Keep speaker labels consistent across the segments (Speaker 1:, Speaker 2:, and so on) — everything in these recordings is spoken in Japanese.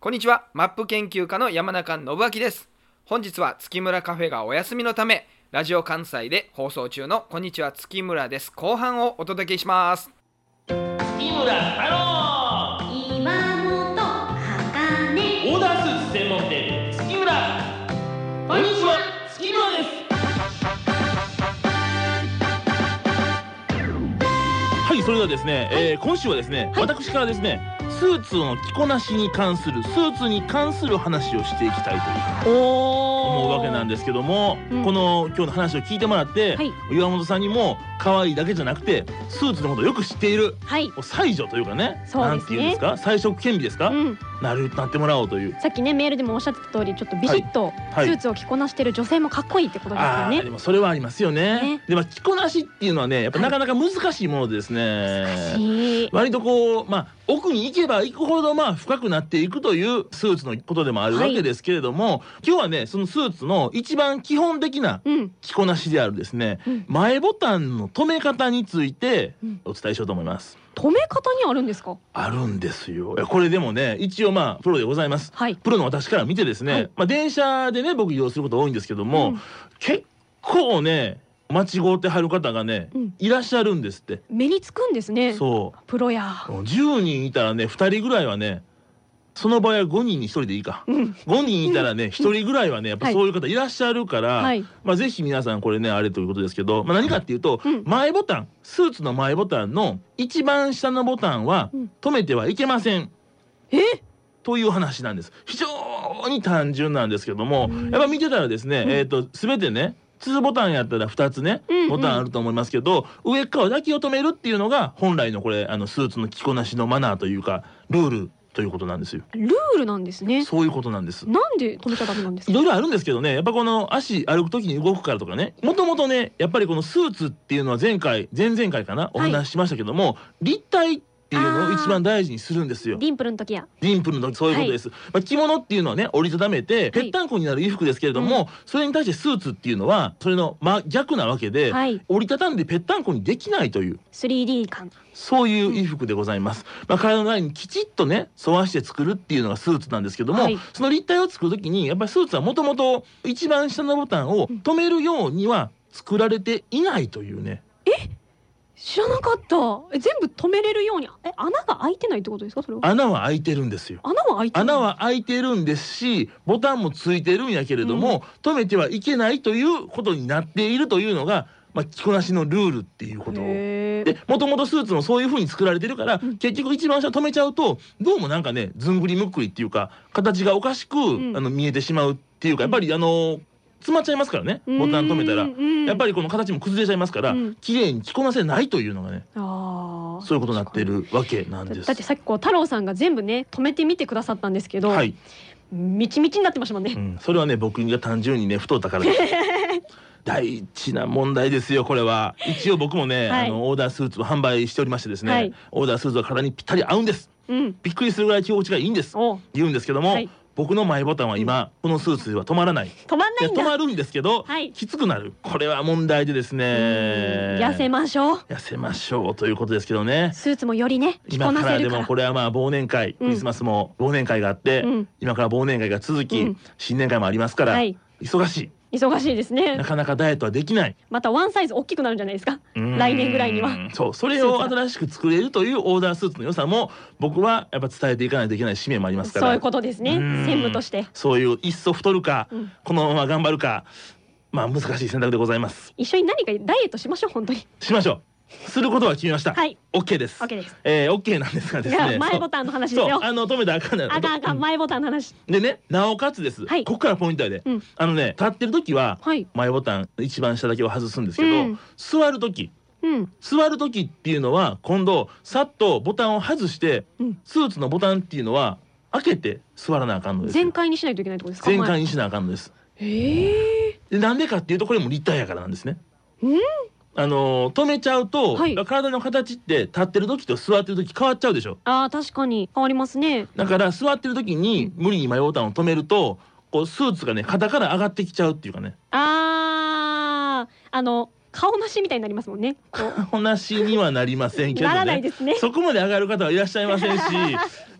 Speaker 1: こんにちはマップ研究家の山中信明です本日は月村カフェがお休みのためラジオ関西で放送中のこんにちは月村です後半をお届けします
Speaker 2: 三村太郎
Speaker 3: 岩本茜
Speaker 2: オーダースーツ専門店月村こんにちは月村ですはいそれではですね、えー今週はですね、私からですねスーツの着こなしに関するスーツに関する話をしていきたいという
Speaker 4: おお
Speaker 2: 思うわけなんですけども、
Speaker 4: うん
Speaker 2: この今日の話を聞いてもらって、
Speaker 4: はい
Speaker 2: 岩本さんにも可愛いだけじゃなくてスーツのことをよく知っている
Speaker 4: はい、
Speaker 2: もう才女というかね
Speaker 4: そうですね
Speaker 2: なんていうんですか才色兼備ですか、
Speaker 4: うん、
Speaker 2: なるなってもらおうという
Speaker 4: さっきねメールでもおっしゃってた通りちょっとビシッとス
Speaker 2: はい
Speaker 4: ーツを着こなしてる女性もかっこいいってことですよ
Speaker 2: あー
Speaker 4: ね
Speaker 2: で、もそれはありますよね
Speaker 4: ね
Speaker 2: でも着こなしっていうのはねやっぱ
Speaker 4: は
Speaker 2: ないかなか難しいものですね、
Speaker 4: しい
Speaker 2: 割とこうまあ奥に行けば行くほどまあ深くなっていくというスーツのことでもあるわけですけれども、今日はねそのスーツの一番基本的な
Speaker 4: うん
Speaker 2: 着こなしであるですね、
Speaker 4: うん
Speaker 2: 前ボタンの留め方について
Speaker 4: うん
Speaker 2: お伝えしようと思います。
Speaker 4: 止め方にあるんですか
Speaker 2: あるんですよ。いやこれでもね一応まあプロでございます。
Speaker 4: はい
Speaker 2: プロの私から見てですね、
Speaker 4: はい
Speaker 2: まあ電車でね僕利用すること多いんですけども、
Speaker 4: うん
Speaker 2: 結構ね間違ってはる方がね、
Speaker 4: うん
Speaker 2: いらっしゃるんですって。
Speaker 4: 目につくんですね
Speaker 2: そ
Speaker 4: プロや
Speaker 2: う10人いたらね2人ぐらいはねその場合は5人に1人でいいか。
Speaker 4: うん
Speaker 2: 5人いたらね1人ぐらいはねやっぱ
Speaker 4: はい
Speaker 2: そういう方いらっしゃるから、
Speaker 4: はい
Speaker 2: まあ、ぜひ皆さんこれねあれということですけど、まあ、何かっていうと、
Speaker 4: うん
Speaker 2: 前ボタンスーツの前ボタンの一番下のボタンは
Speaker 4: うん
Speaker 2: 止めてはいけません
Speaker 4: え
Speaker 2: という話なんです非常に単純なんですけども、
Speaker 4: うん
Speaker 2: やっぱ見てたらですね、
Speaker 4: うん
Speaker 2: えっ、と全てね2ボタンやったら2つね、
Speaker 4: うんうん
Speaker 2: ボタンあると思いますけど上側だけを止めるっていうのが本来のこれあのスーツの着こなしのマナーというかルールということなんですよ。
Speaker 4: ルールなんですね
Speaker 2: そういうことなんです。
Speaker 4: なんで止めちゃダメなんです
Speaker 2: い
Speaker 4: か
Speaker 2: ろいろあるんですけどねやっぱこの足歩く時に動くからとかねもともとねやっぱりこのスーツっていうのは前回前々回かなお話ししましたけども、立体っていうのを一番大事にするんですよ
Speaker 4: ディンプルの時や
Speaker 2: ディンプルの時そういうことです、まあ、着物っていうのはね折りたためてぺったんこになる衣服ですけれども、それに対してスーツっていうのはそれの真逆なわけで、
Speaker 4: はい
Speaker 2: 折りたたんでぺったんこにできないという
Speaker 4: 3D 感
Speaker 2: そういう衣服でございます。まあ、体のラインにきちっとね、沿わして作るっていうのがスーツなんですけども、
Speaker 4: はい
Speaker 2: その立体を作るときに、やっぱりスーツはもともと一番下のボタンを止めるようには作られていないというね。
Speaker 4: 知らなかったえ全部止めれるようにえ穴が開いてないってことですかそれは
Speaker 2: 穴は開いてるんですよ。
Speaker 4: 穴は開いてない
Speaker 2: 穴は開いてるんですし、ボタンもついてるんやけれども、止めてはいけないということになっているというのが、まあ、着こなしのルールっていうことを
Speaker 4: へー
Speaker 2: でもともとスーツもそういう風に作られてるから、
Speaker 4: うん
Speaker 2: 結局一番下止めちゃうとどうもなんかねずんぐりむっくりっていうか形がおかしく、
Speaker 4: ん
Speaker 2: あの見えてしまうっていうかやっぱりあの詰まっちゃいますからねボタン止めたら。やっぱ
Speaker 4: り
Speaker 2: りこの形も崩れちゃいますから、
Speaker 4: うん
Speaker 2: 綺麗に着こなせないというのがね
Speaker 4: あー
Speaker 2: そういうことになってるわけなんです
Speaker 4: だってさっきこう太郎さんが全部ね止めてみてくださったんですけど、
Speaker 2: はい、
Speaker 4: みちみちになってましたもんね、
Speaker 2: うん、それはね僕が単純にね太ったから です大事な問題ですよこれは一応僕もね、
Speaker 4: はい
Speaker 2: あのオーダースーツを販売しておりましてですね、
Speaker 4: はい
Speaker 2: オーダースーツは体にぴったり合うんです
Speaker 4: うん、
Speaker 2: びっくりするぐらい着心地がいいんです
Speaker 4: おう
Speaker 2: 言うんですけども、
Speaker 4: はい
Speaker 2: 僕の前ボタンは今、このスーツでは止まらない。
Speaker 4: 止まんないん
Speaker 2: いや止
Speaker 4: だ
Speaker 2: まるんですけど、
Speaker 4: はい
Speaker 2: きつくなる。これは問題でですね。
Speaker 4: うん痩せましょう
Speaker 2: 痩せましょうということですけどね。
Speaker 4: スーツもよりね着こ
Speaker 2: 今か
Speaker 4: な
Speaker 2: ら
Speaker 4: せ
Speaker 2: で
Speaker 4: るか
Speaker 2: も
Speaker 4: ら
Speaker 2: これはまあ忘年会、
Speaker 4: うん
Speaker 2: クリスマスも忘年会があって、
Speaker 4: うん
Speaker 2: 今から忘年会が続き、
Speaker 4: うん
Speaker 2: 新年会もありますから、
Speaker 4: はい
Speaker 2: 忙し
Speaker 4: 忙しいです
Speaker 2: い。
Speaker 4: ね
Speaker 2: なかなかダイエットはできない。
Speaker 4: またワンサイズ大きくなるんじゃないですか
Speaker 2: うん
Speaker 4: 来年ぐらいには
Speaker 2: そうそれを新しく作れるというオーダースーツの良さも僕はやっぱ伝えていかないといけない使命もありますから
Speaker 4: そういうことですね
Speaker 2: うん
Speaker 4: 専務として
Speaker 2: そういういっそ太るか、
Speaker 4: うん
Speaker 2: このまま頑張るかまあ難しい選択でございます
Speaker 4: 一緒に何かダイエットしましょう本当に
Speaker 2: しましょうすることは決めました
Speaker 4: はい
Speaker 2: OK です
Speaker 4: OK です
Speaker 2: えー、OK なんですがです
Speaker 4: じゃあ
Speaker 2: ね
Speaker 4: 前ボタンの話
Speaker 2: そ
Speaker 4: で
Speaker 2: う
Speaker 4: す
Speaker 2: そ
Speaker 4: よ
Speaker 2: うあの止めたらあかんね
Speaker 4: あかんあかん前ボタンの話
Speaker 2: でねなおかつです、
Speaker 4: はい
Speaker 2: ここからポイントやで、
Speaker 4: うん
Speaker 2: あのね立ってる時は
Speaker 4: はい
Speaker 2: 前ボタン一番下だけを外すんですけど、
Speaker 4: うん
Speaker 2: 座る時
Speaker 4: うん
Speaker 2: 座る時っていうのは今度さっとボタンを外して、
Speaker 4: うん
Speaker 2: スーツのボタンっていうのは開けて座らなあかんのですよ
Speaker 4: 全開にしないといけないってことですか
Speaker 2: 全開にしなあかんのです
Speaker 4: ええ
Speaker 2: でなんでかっていうとこれも立体やからなんですね。
Speaker 4: うん
Speaker 2: あのー止めちゃうと、
Speaker 4: はい
Speaker 2: 体の形って立ってる時と座ってる時変わっちゃうでしょ。
Speaker 4: あー確かに変わりますね
Speaker 2: だから座ってる時に無理に前ボタンを止めるとこうスーツがね肩から上がってきちゃうっていうかね。
Speaker 4: あーあの顔なしみたいになりますもんねこう
Speaker 2: 同じにはなりませんけどね。
Speaker 4: ならないですね
Speaker 2: そこまで上がる方はいらっしゃいませんし。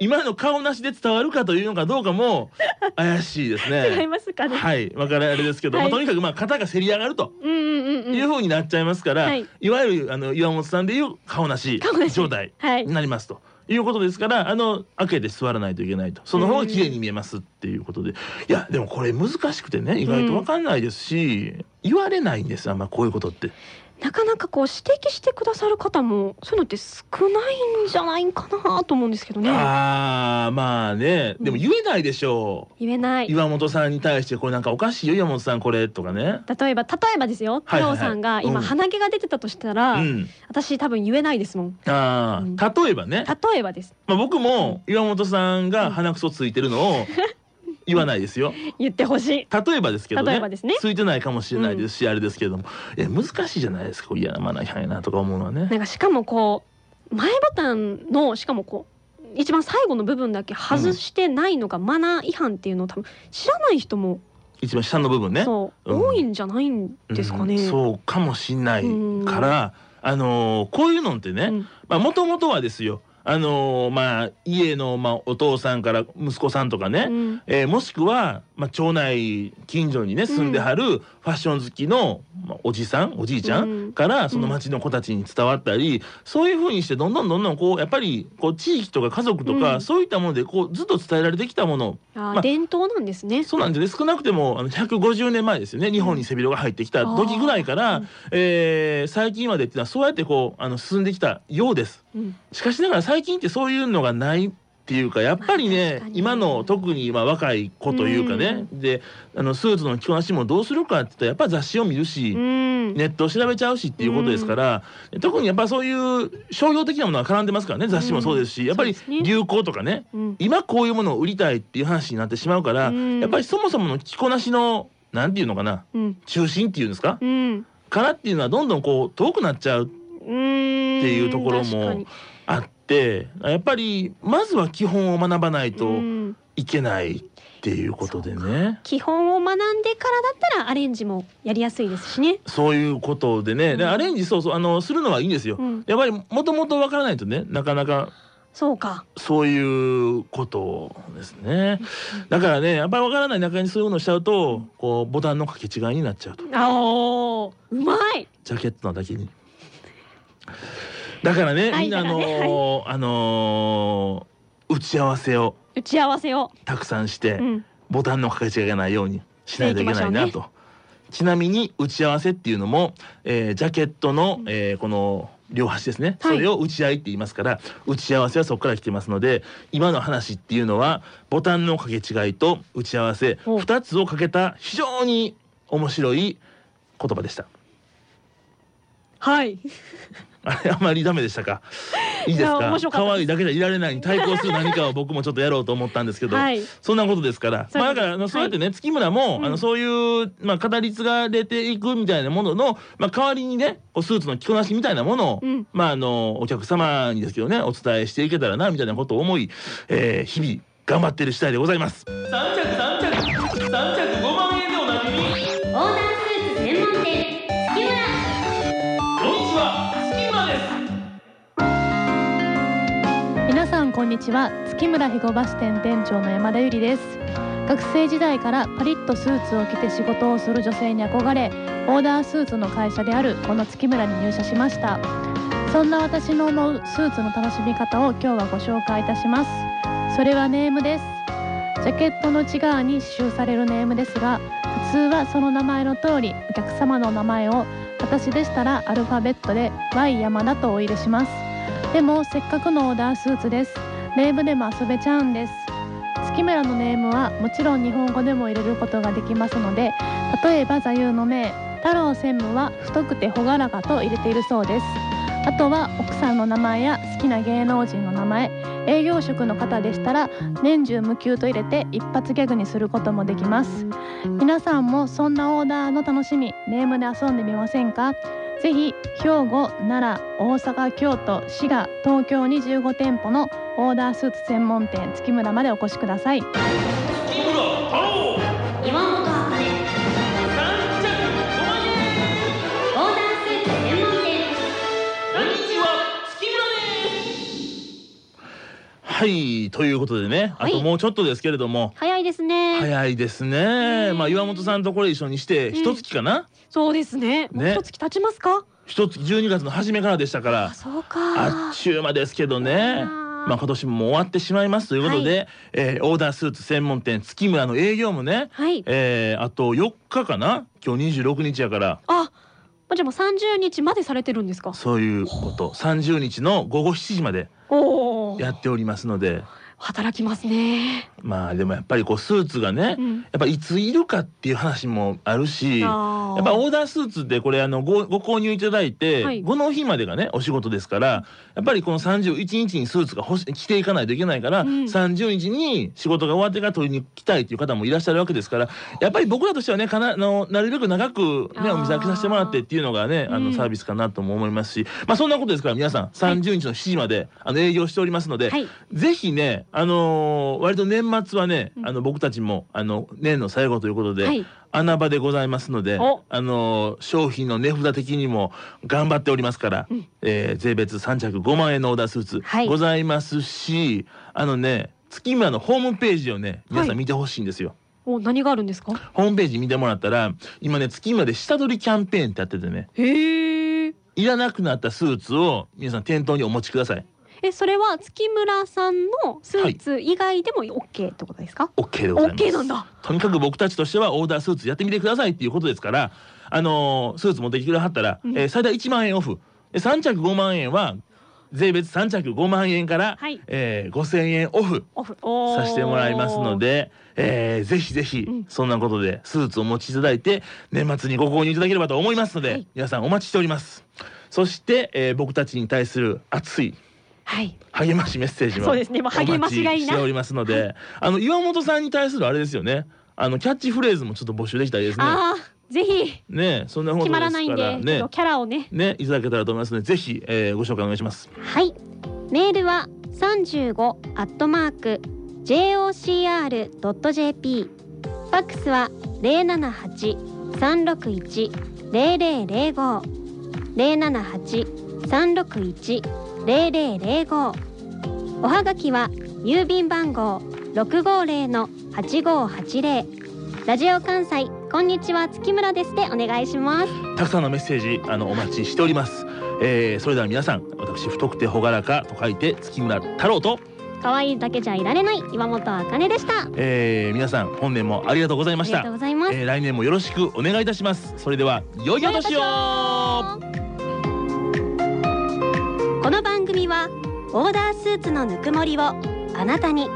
Speaker 2: 今の顔なしで伝わるかというのかどうかも怪しいです
Speaker 4: 違い
Speaker 2: ね。
Speaker 4: ますかね。
Speaker 2: はい、わからあれですけど、
Speaker 4: はい
Speaker 2: まあ、とにかくまあ肩がせり上がると
Speaker 4: うんうんうん。
Speaker 2: いううんふうになっちゃいますから、
Speaker 4: はいい、
Speaker 2: わゆるあの岩本さんでいう顔なし
Speaker 4: 顔なし
Speaker 2: 状態
Speaker 4: はい
Speaker 2: に。なりますと。いうことですからあの開けて座らないといけないとその方が綺麗に見えますっていうことで、いやでもこれ難しくてね意外とわかんないですし、言われないんですあんまこういうことって。
Speaker 4: なかなかこう指摘してくださる方もそういうのって少ないんじゃないかなと思うんですけどね。
Speaker 2: ああまあねでも言えないでしょう、
Speaker 4: 言えない。
Speaker 2: 岩本さんに対してこれなんかおかしいよ岩本さんこれとかね。
Speaker 4: 例えば例えばですよ、
Speaker 2: はいはい
Speaker 4: 太郎さんが
Speaker 2: う
Speaker 4: 今
Speaker 2: ん
Speaker 4: 鼻毛が出てたとしたら、
Speaker 2: うん、
Speaker 4: 私多分言えないですもん。
Speaker 2: あ
Speaker 4: うん
Speaker 2: あ例えばね、
Speaker 4: 例えばです。
Speaker 2: まあ、僕も岩本さんが鼻くそついてるのを言わないですよ
Speaker 4: 言ってほしい。
Speaker 2: 例えばですけどね
Speaker 4: 例えばですね
Speaker 2: ついてないかもしれないですし、あれですけれどもえ難しいじゃないですかこう嫌なマナー違反やなとか思うのはね
Speaker 4: なんかしかもこう前ボタンのしかもこう一番最後の部分だけ外してないのがマナー違反っていうのを多分知らない人も
Speaker 2: 一番下の部分ね。
Speaker 4: そう、
Speaker 2: うん
Speaker 4: 多いんじゃないんですかね。
Speaker 2: うんそうかもしんないから、あのーこういうのってね、
Speaker 4: うん
Speaker 2: まあもともとはですよあのーまあ家のまあお父さんから息子さんとかね、
Speaker 4: うん
Speaker 2: えーもしくは、まあ、町内近所にね住んではるファッション好きの、まあ、おじさんおじいちゃ
Speaker 4: うんん
Speaker 2: からその町の子たちに伝わったり、そういうふうにしてどんどんどんどんこうやっぱりこう地域とか家族とか、
Speaker 4: うん
Speaker 2: そういったものでこうずっと伝えられてきたもの
Speaker 4: あー、
Speaker 2: まあ
Speaker 4: 伝統なんですね。
Speaker 2: そうなんですね少なくてもあの150年前ですよね日本に背広が入ってきた時ぐらいから、
Speaker 4: うん
Speaker 2: えー最近までっていうのはそうやってこうあの進んできたようです。
Speaker 4: うん
Speaker 2: しかしながら最近ってそういうのがないっていうかやっぱり
Speaker 4: まあ
Speaker 2: ね、
Speaker 4: 確かに
Speaker 2: 今の特にまあ若い子というかね、であのスーツの着こなしもどうするかって言ったらやっぱ雑誌を見るし、
Speaker 4: うん
Speaker 2: ネットを調べちゃうしっていうことですから、特にやっぱそういう商業的なものは絡んでますからね雑誌もそうですし、やっぱり
Speaker 4: そうですね
Speaker 2: 流行とかね
Speaker 4: うん
Speaker 2: 今こういうものを売りたいっていう話になってしまうから、
Speaker 4: うん
Speaker 2: やっぱりそもそもの着こなしのなんていうのかな
Speaker 4: うん
Speaker 2: 中心っていうんですか、
Speaker 4: うん
Speaker 2: からっていうのはどんどんこう遠くなっちゃう
Speaker 4: ってい
Speaker 2: いうところもあってやっぱりまずは基本を学ばないといけないっていうことでね。
Speaker 4: 基本を学んでからだったらアレンジもやりやすいですしね。
Speaker 2: そういうことでね、で
Speaker 4: うん
Speaker 2: アレンジそうそうあのするのはいいんですよ。
Speaker 4: うん
Speaker 2: やっぱりもともとわからないとねなかなか
Speaker 4: そうか。
Speaker 2: そういうことですね。だからねやっぱりわからない中にそういうのをしちゃうとこうボタンの掛け違いになっちゃうと
Speaker 4: あおーうまい。
Speaker 2: ジャケットのだけに。だからね、
Speaker 4: はい
Speaker 2: みんなあ
Speaker 4: だか
Speaker 2: の
Speaker 4: らね
Speaker 2: ーあのー打ち合わせを
Speaker 4: 打ち合わせを。
Speaker 2: たくさんして。
Speaker 4: うん。
Speaker 2: ボタンの掛け違いがないようにしないといけないな
Speaker 4: していき
Speaker 2: と。ちなみに打ち合わせっていうのも、えージャケットの、えーこの両端ですね、
Speaker 4: はい
Speaker 2: それを打ち合いって言いますから打ち合わせはそこから来てますので今の話っていうのはボタンの掛け違いと打ち合わせ
Speaker 4: お
Speaker 2: 2つをかけた非常に面白い言葉でした。
Speaker 4: はい。
Speaker 2: あれあまりダメでしたか。いいです
Speaker 4: いや
Speaker 2: か
Speaker 4: 面。白かったです
Speaker 2: 可愛いだけじゃいられないに対抗する何かを僕もちょっとやろうと思ったんですけど、
Speaker 4: はい
Speaker 2: そんなことですから。
Speaker 4: そうです
Speaker 2: まあだからあのそうやってね、月村も、
Speaker 4: うん
Speaker 2: あのそういうまあ語り継がれていくみたいなもののまあ代わりにね、こうスーツの着こなしみたいなものを、
Speaker 4: うん
Speaker 2: まああのお客様にですけどね、お伝えしていけたらなみたいなことを思い、えー日々頑張ってる次第でございます。三着三着三着五万円でおなじみ。
Speaker 3: オーダースーツ専門店月村
Speaker 2: こんにちは、月村です。
Speaker 5: 皆さんこんにちは月村肥後バス店店長の山田ゆりです学生時代からパリッとスーツを着て仕事をする女性に憧れオーダースーツの会社であるこの月村に入社しましたそんな私の思うスーツの楽しみ方を今日はご紹介いたしますそれはネームですジャケットの内側に刺繍されるネームですが普通はその名前の通りお客様の名前を私でしたらアルファベットで Y 山田とお入れしますでもせっかくのオーダースーツですネームでも遊べちゃうんです月村のネームはもちろん日本語でも入れることができますので例えば座右の銘太郎専務は太くて朗らかと入れているそうですあとは奥さんの名前や好きな芸能人の名前営業職の方でしたら年中無休と入れて一発ギャグにすることもできます皆さんもそんなオーダーの楽しみネームで遊んでみませんかぜひ兵庫奈良大阪京都滋賀東京25店舗のオーダースーツ専門店月村までお越しください
Speaker 3: 岩本茜オーダースーツ専門店
Speaker 2: ははいということでねあ
Speaker 4: はい
Speaker 2: ともうちょっとですけれども、
Speaker 4: 早いですね。
Speaker 2: 早いですね
Speaker 4: うん
Speaker 2: まあ岩本さんとこれ一緒にして一月かな
Speaker 4: そうですね。もう
Speaker 2: ね
Speaker 4: 一月経ちますか。
Speaker 2: 一月12月の初めからでしたから
Speaker 4: あ、そう
Speaker 2: あ
Speaker 4: か
Speaker 2: っ。ちゅう間ですけどね。
Speaker 4: あー
Speaker 2: まあ今年も終わってしまいますということで、えーオーダースーツ専門店月村の営業もね、
Speaker 4: はい。
Speaker 2: えーあと4日かな今日26日やから
Speaker 4: あ、じゃあもう三十日までされてるんですか。
Speaker 2: そういうこと30日の午後7時まで
Speaker 4: おお。
Speaker 2: やっておりますので
Speaker 4: 働きますね。
Speaker 2: まあでもやっぱりこうスーツがね、
Speaker 4: う
Speaker 2: や
Speaker 4: ん。
Speaker 2: っぱいついるかっていう話もあるしや
Speaker 4: あー
Speaker 2: っぱオーダースーツってこれあのごご購入いただいて、
Speaker 4: はい
Speaker 2: ご納品までがねお仕事ですからやっぱりこの31日にスーツが欲し着ていかないといけないから、
Speaker 4: うん
Speaker 2: 30日に仕事が終わってから取りに来たいという方もいらっしゃるわけですからやっぱり僕らとしてはねかなあのなるべく長く、
Speaker 4: あ
Speaker 2: ね、
Speaker 4: ー
Speaker 2: お店開けさせてもらってっていうのがねあ
Speaker 4: うん
Speaker 2: のサービスかなとも思いますし、まあそんなことですから皆さん30日の7時まで、あの営業しておりますので、
Speaker 4: はい。
Speaker 2: ぜひね、あのー割と年末はね、
Speaker 4: うん
Speaker 2: あの僕たちもあの年の最後ということで、
Speaker 4: はい。
Speaker 2: 穴場でございますので、
Speaker 4: お
Speaker 2: あのー商品の値札的にも頑張っておりますから、
Speaker 4: うん
Speaker 2: えー税別3着5万円のオーダースーツ、
Speaker 4: はい
Speaker 2: ございますし、あのね、月村のホームページをね、皆さ
Speaker 4: はい
Speaker 2: ん見てほしいんですよ。
Speaker 4: お、何があるんですか。
Speaker 2: ホームページ見てもらったら、今ね月村で下取りキャンペーンってやっててね、
Speaker 4: へえ。
Speaker 2: いらなくなったスーツを皆さん店頭にお持ちください。
Speaker 4: え、それは月村さんのスーツ以外でもオッケーってことですか。
Speaker 2: OK でご
Speaker 4: オ
Speaker 2: ざいま
Speaker 4: ッ
Speaker 2: す
Speaker 4: ケー。なんだ。
Speaker 2: とにかく僕たちとしてはオーダースーツやってみてくださいっていうことですから、あのースーツ持ってきてくれはったら、
Speaker 4: うん
Speaker 2: えー最大1万円オフで3着5万円は税別3着5万円から、
Speaker 4: はい
Speaker 2: えー5,000円オフ
Speaker 4: オフ。おー
Speaker 2: させてもらいますの。で、えーぜひぜひ
Speaker 4: うん
Speaker 2: そんなことでスーツをお持ちいただいて年末にご購入いただければと思いますので、
Speaker 4: はい
Speaker 2: 皆さんお待ちしております。そして、えー僕たちに対する熱い
Speaker 4: はい。
Speaker 2: 励ましメッセージも
Speaker 4: そうですねもう励ましがいいな
Speaker 2: お待ちしておりますので、あの岩本さんに対するあれですよね。あのキャッチフレーズもちょっと募集できたらいいですね。
Speaker 4: ああ、ぜひ
Speaker 2: ねえ、そんなこと
Speaker 4: 決
Speaker 2: で
Speaker 4: ま
Speaker 2: すから
Speaker 4: らないんで、ちょっ
Speaker 2: ね
Speaker 4: と、キャラをね。
Speaker 2: ね、いただけたらと思いますので、ぜひ、えー、ご紹介お願いします。
Speaker 3: はいメールは35アットマーク jocr.jp ファックスは078-361-0005 078-361-0005おはがきは郵便番号650-8580ラジオ関西こんにちは月村ですでお願いします
Speaker 2: たくさんのメッセージあのお待ちしております。えー、それでは皆さん、私太くて朗らかと書いて月村太郎と、
Speaker 3: 可愛いだけじゃいられない岩本茜でした
Speaker 2: えー、皆さん本年もありがとうございま
Speaker 3: あ
Speaker 2: し
Speaker 3: り
Speaker 2: た。
Speaker 3: がとうございます
Speaker 2: えー、来年もよろしくお願いいたします。それでは良いお年を。
Speaker 3: この番組はオーダースーツのぬくもりをあなたに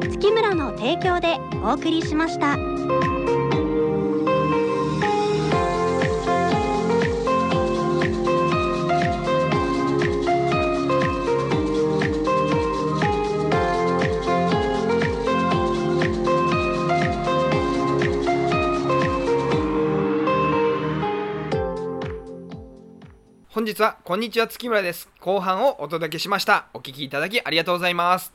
Speaker 3: 月村の提供でお送りしました。
Speaker 1: 本日はこんにちは月村です後半をお届けしましたお聞きいただきありがとうございます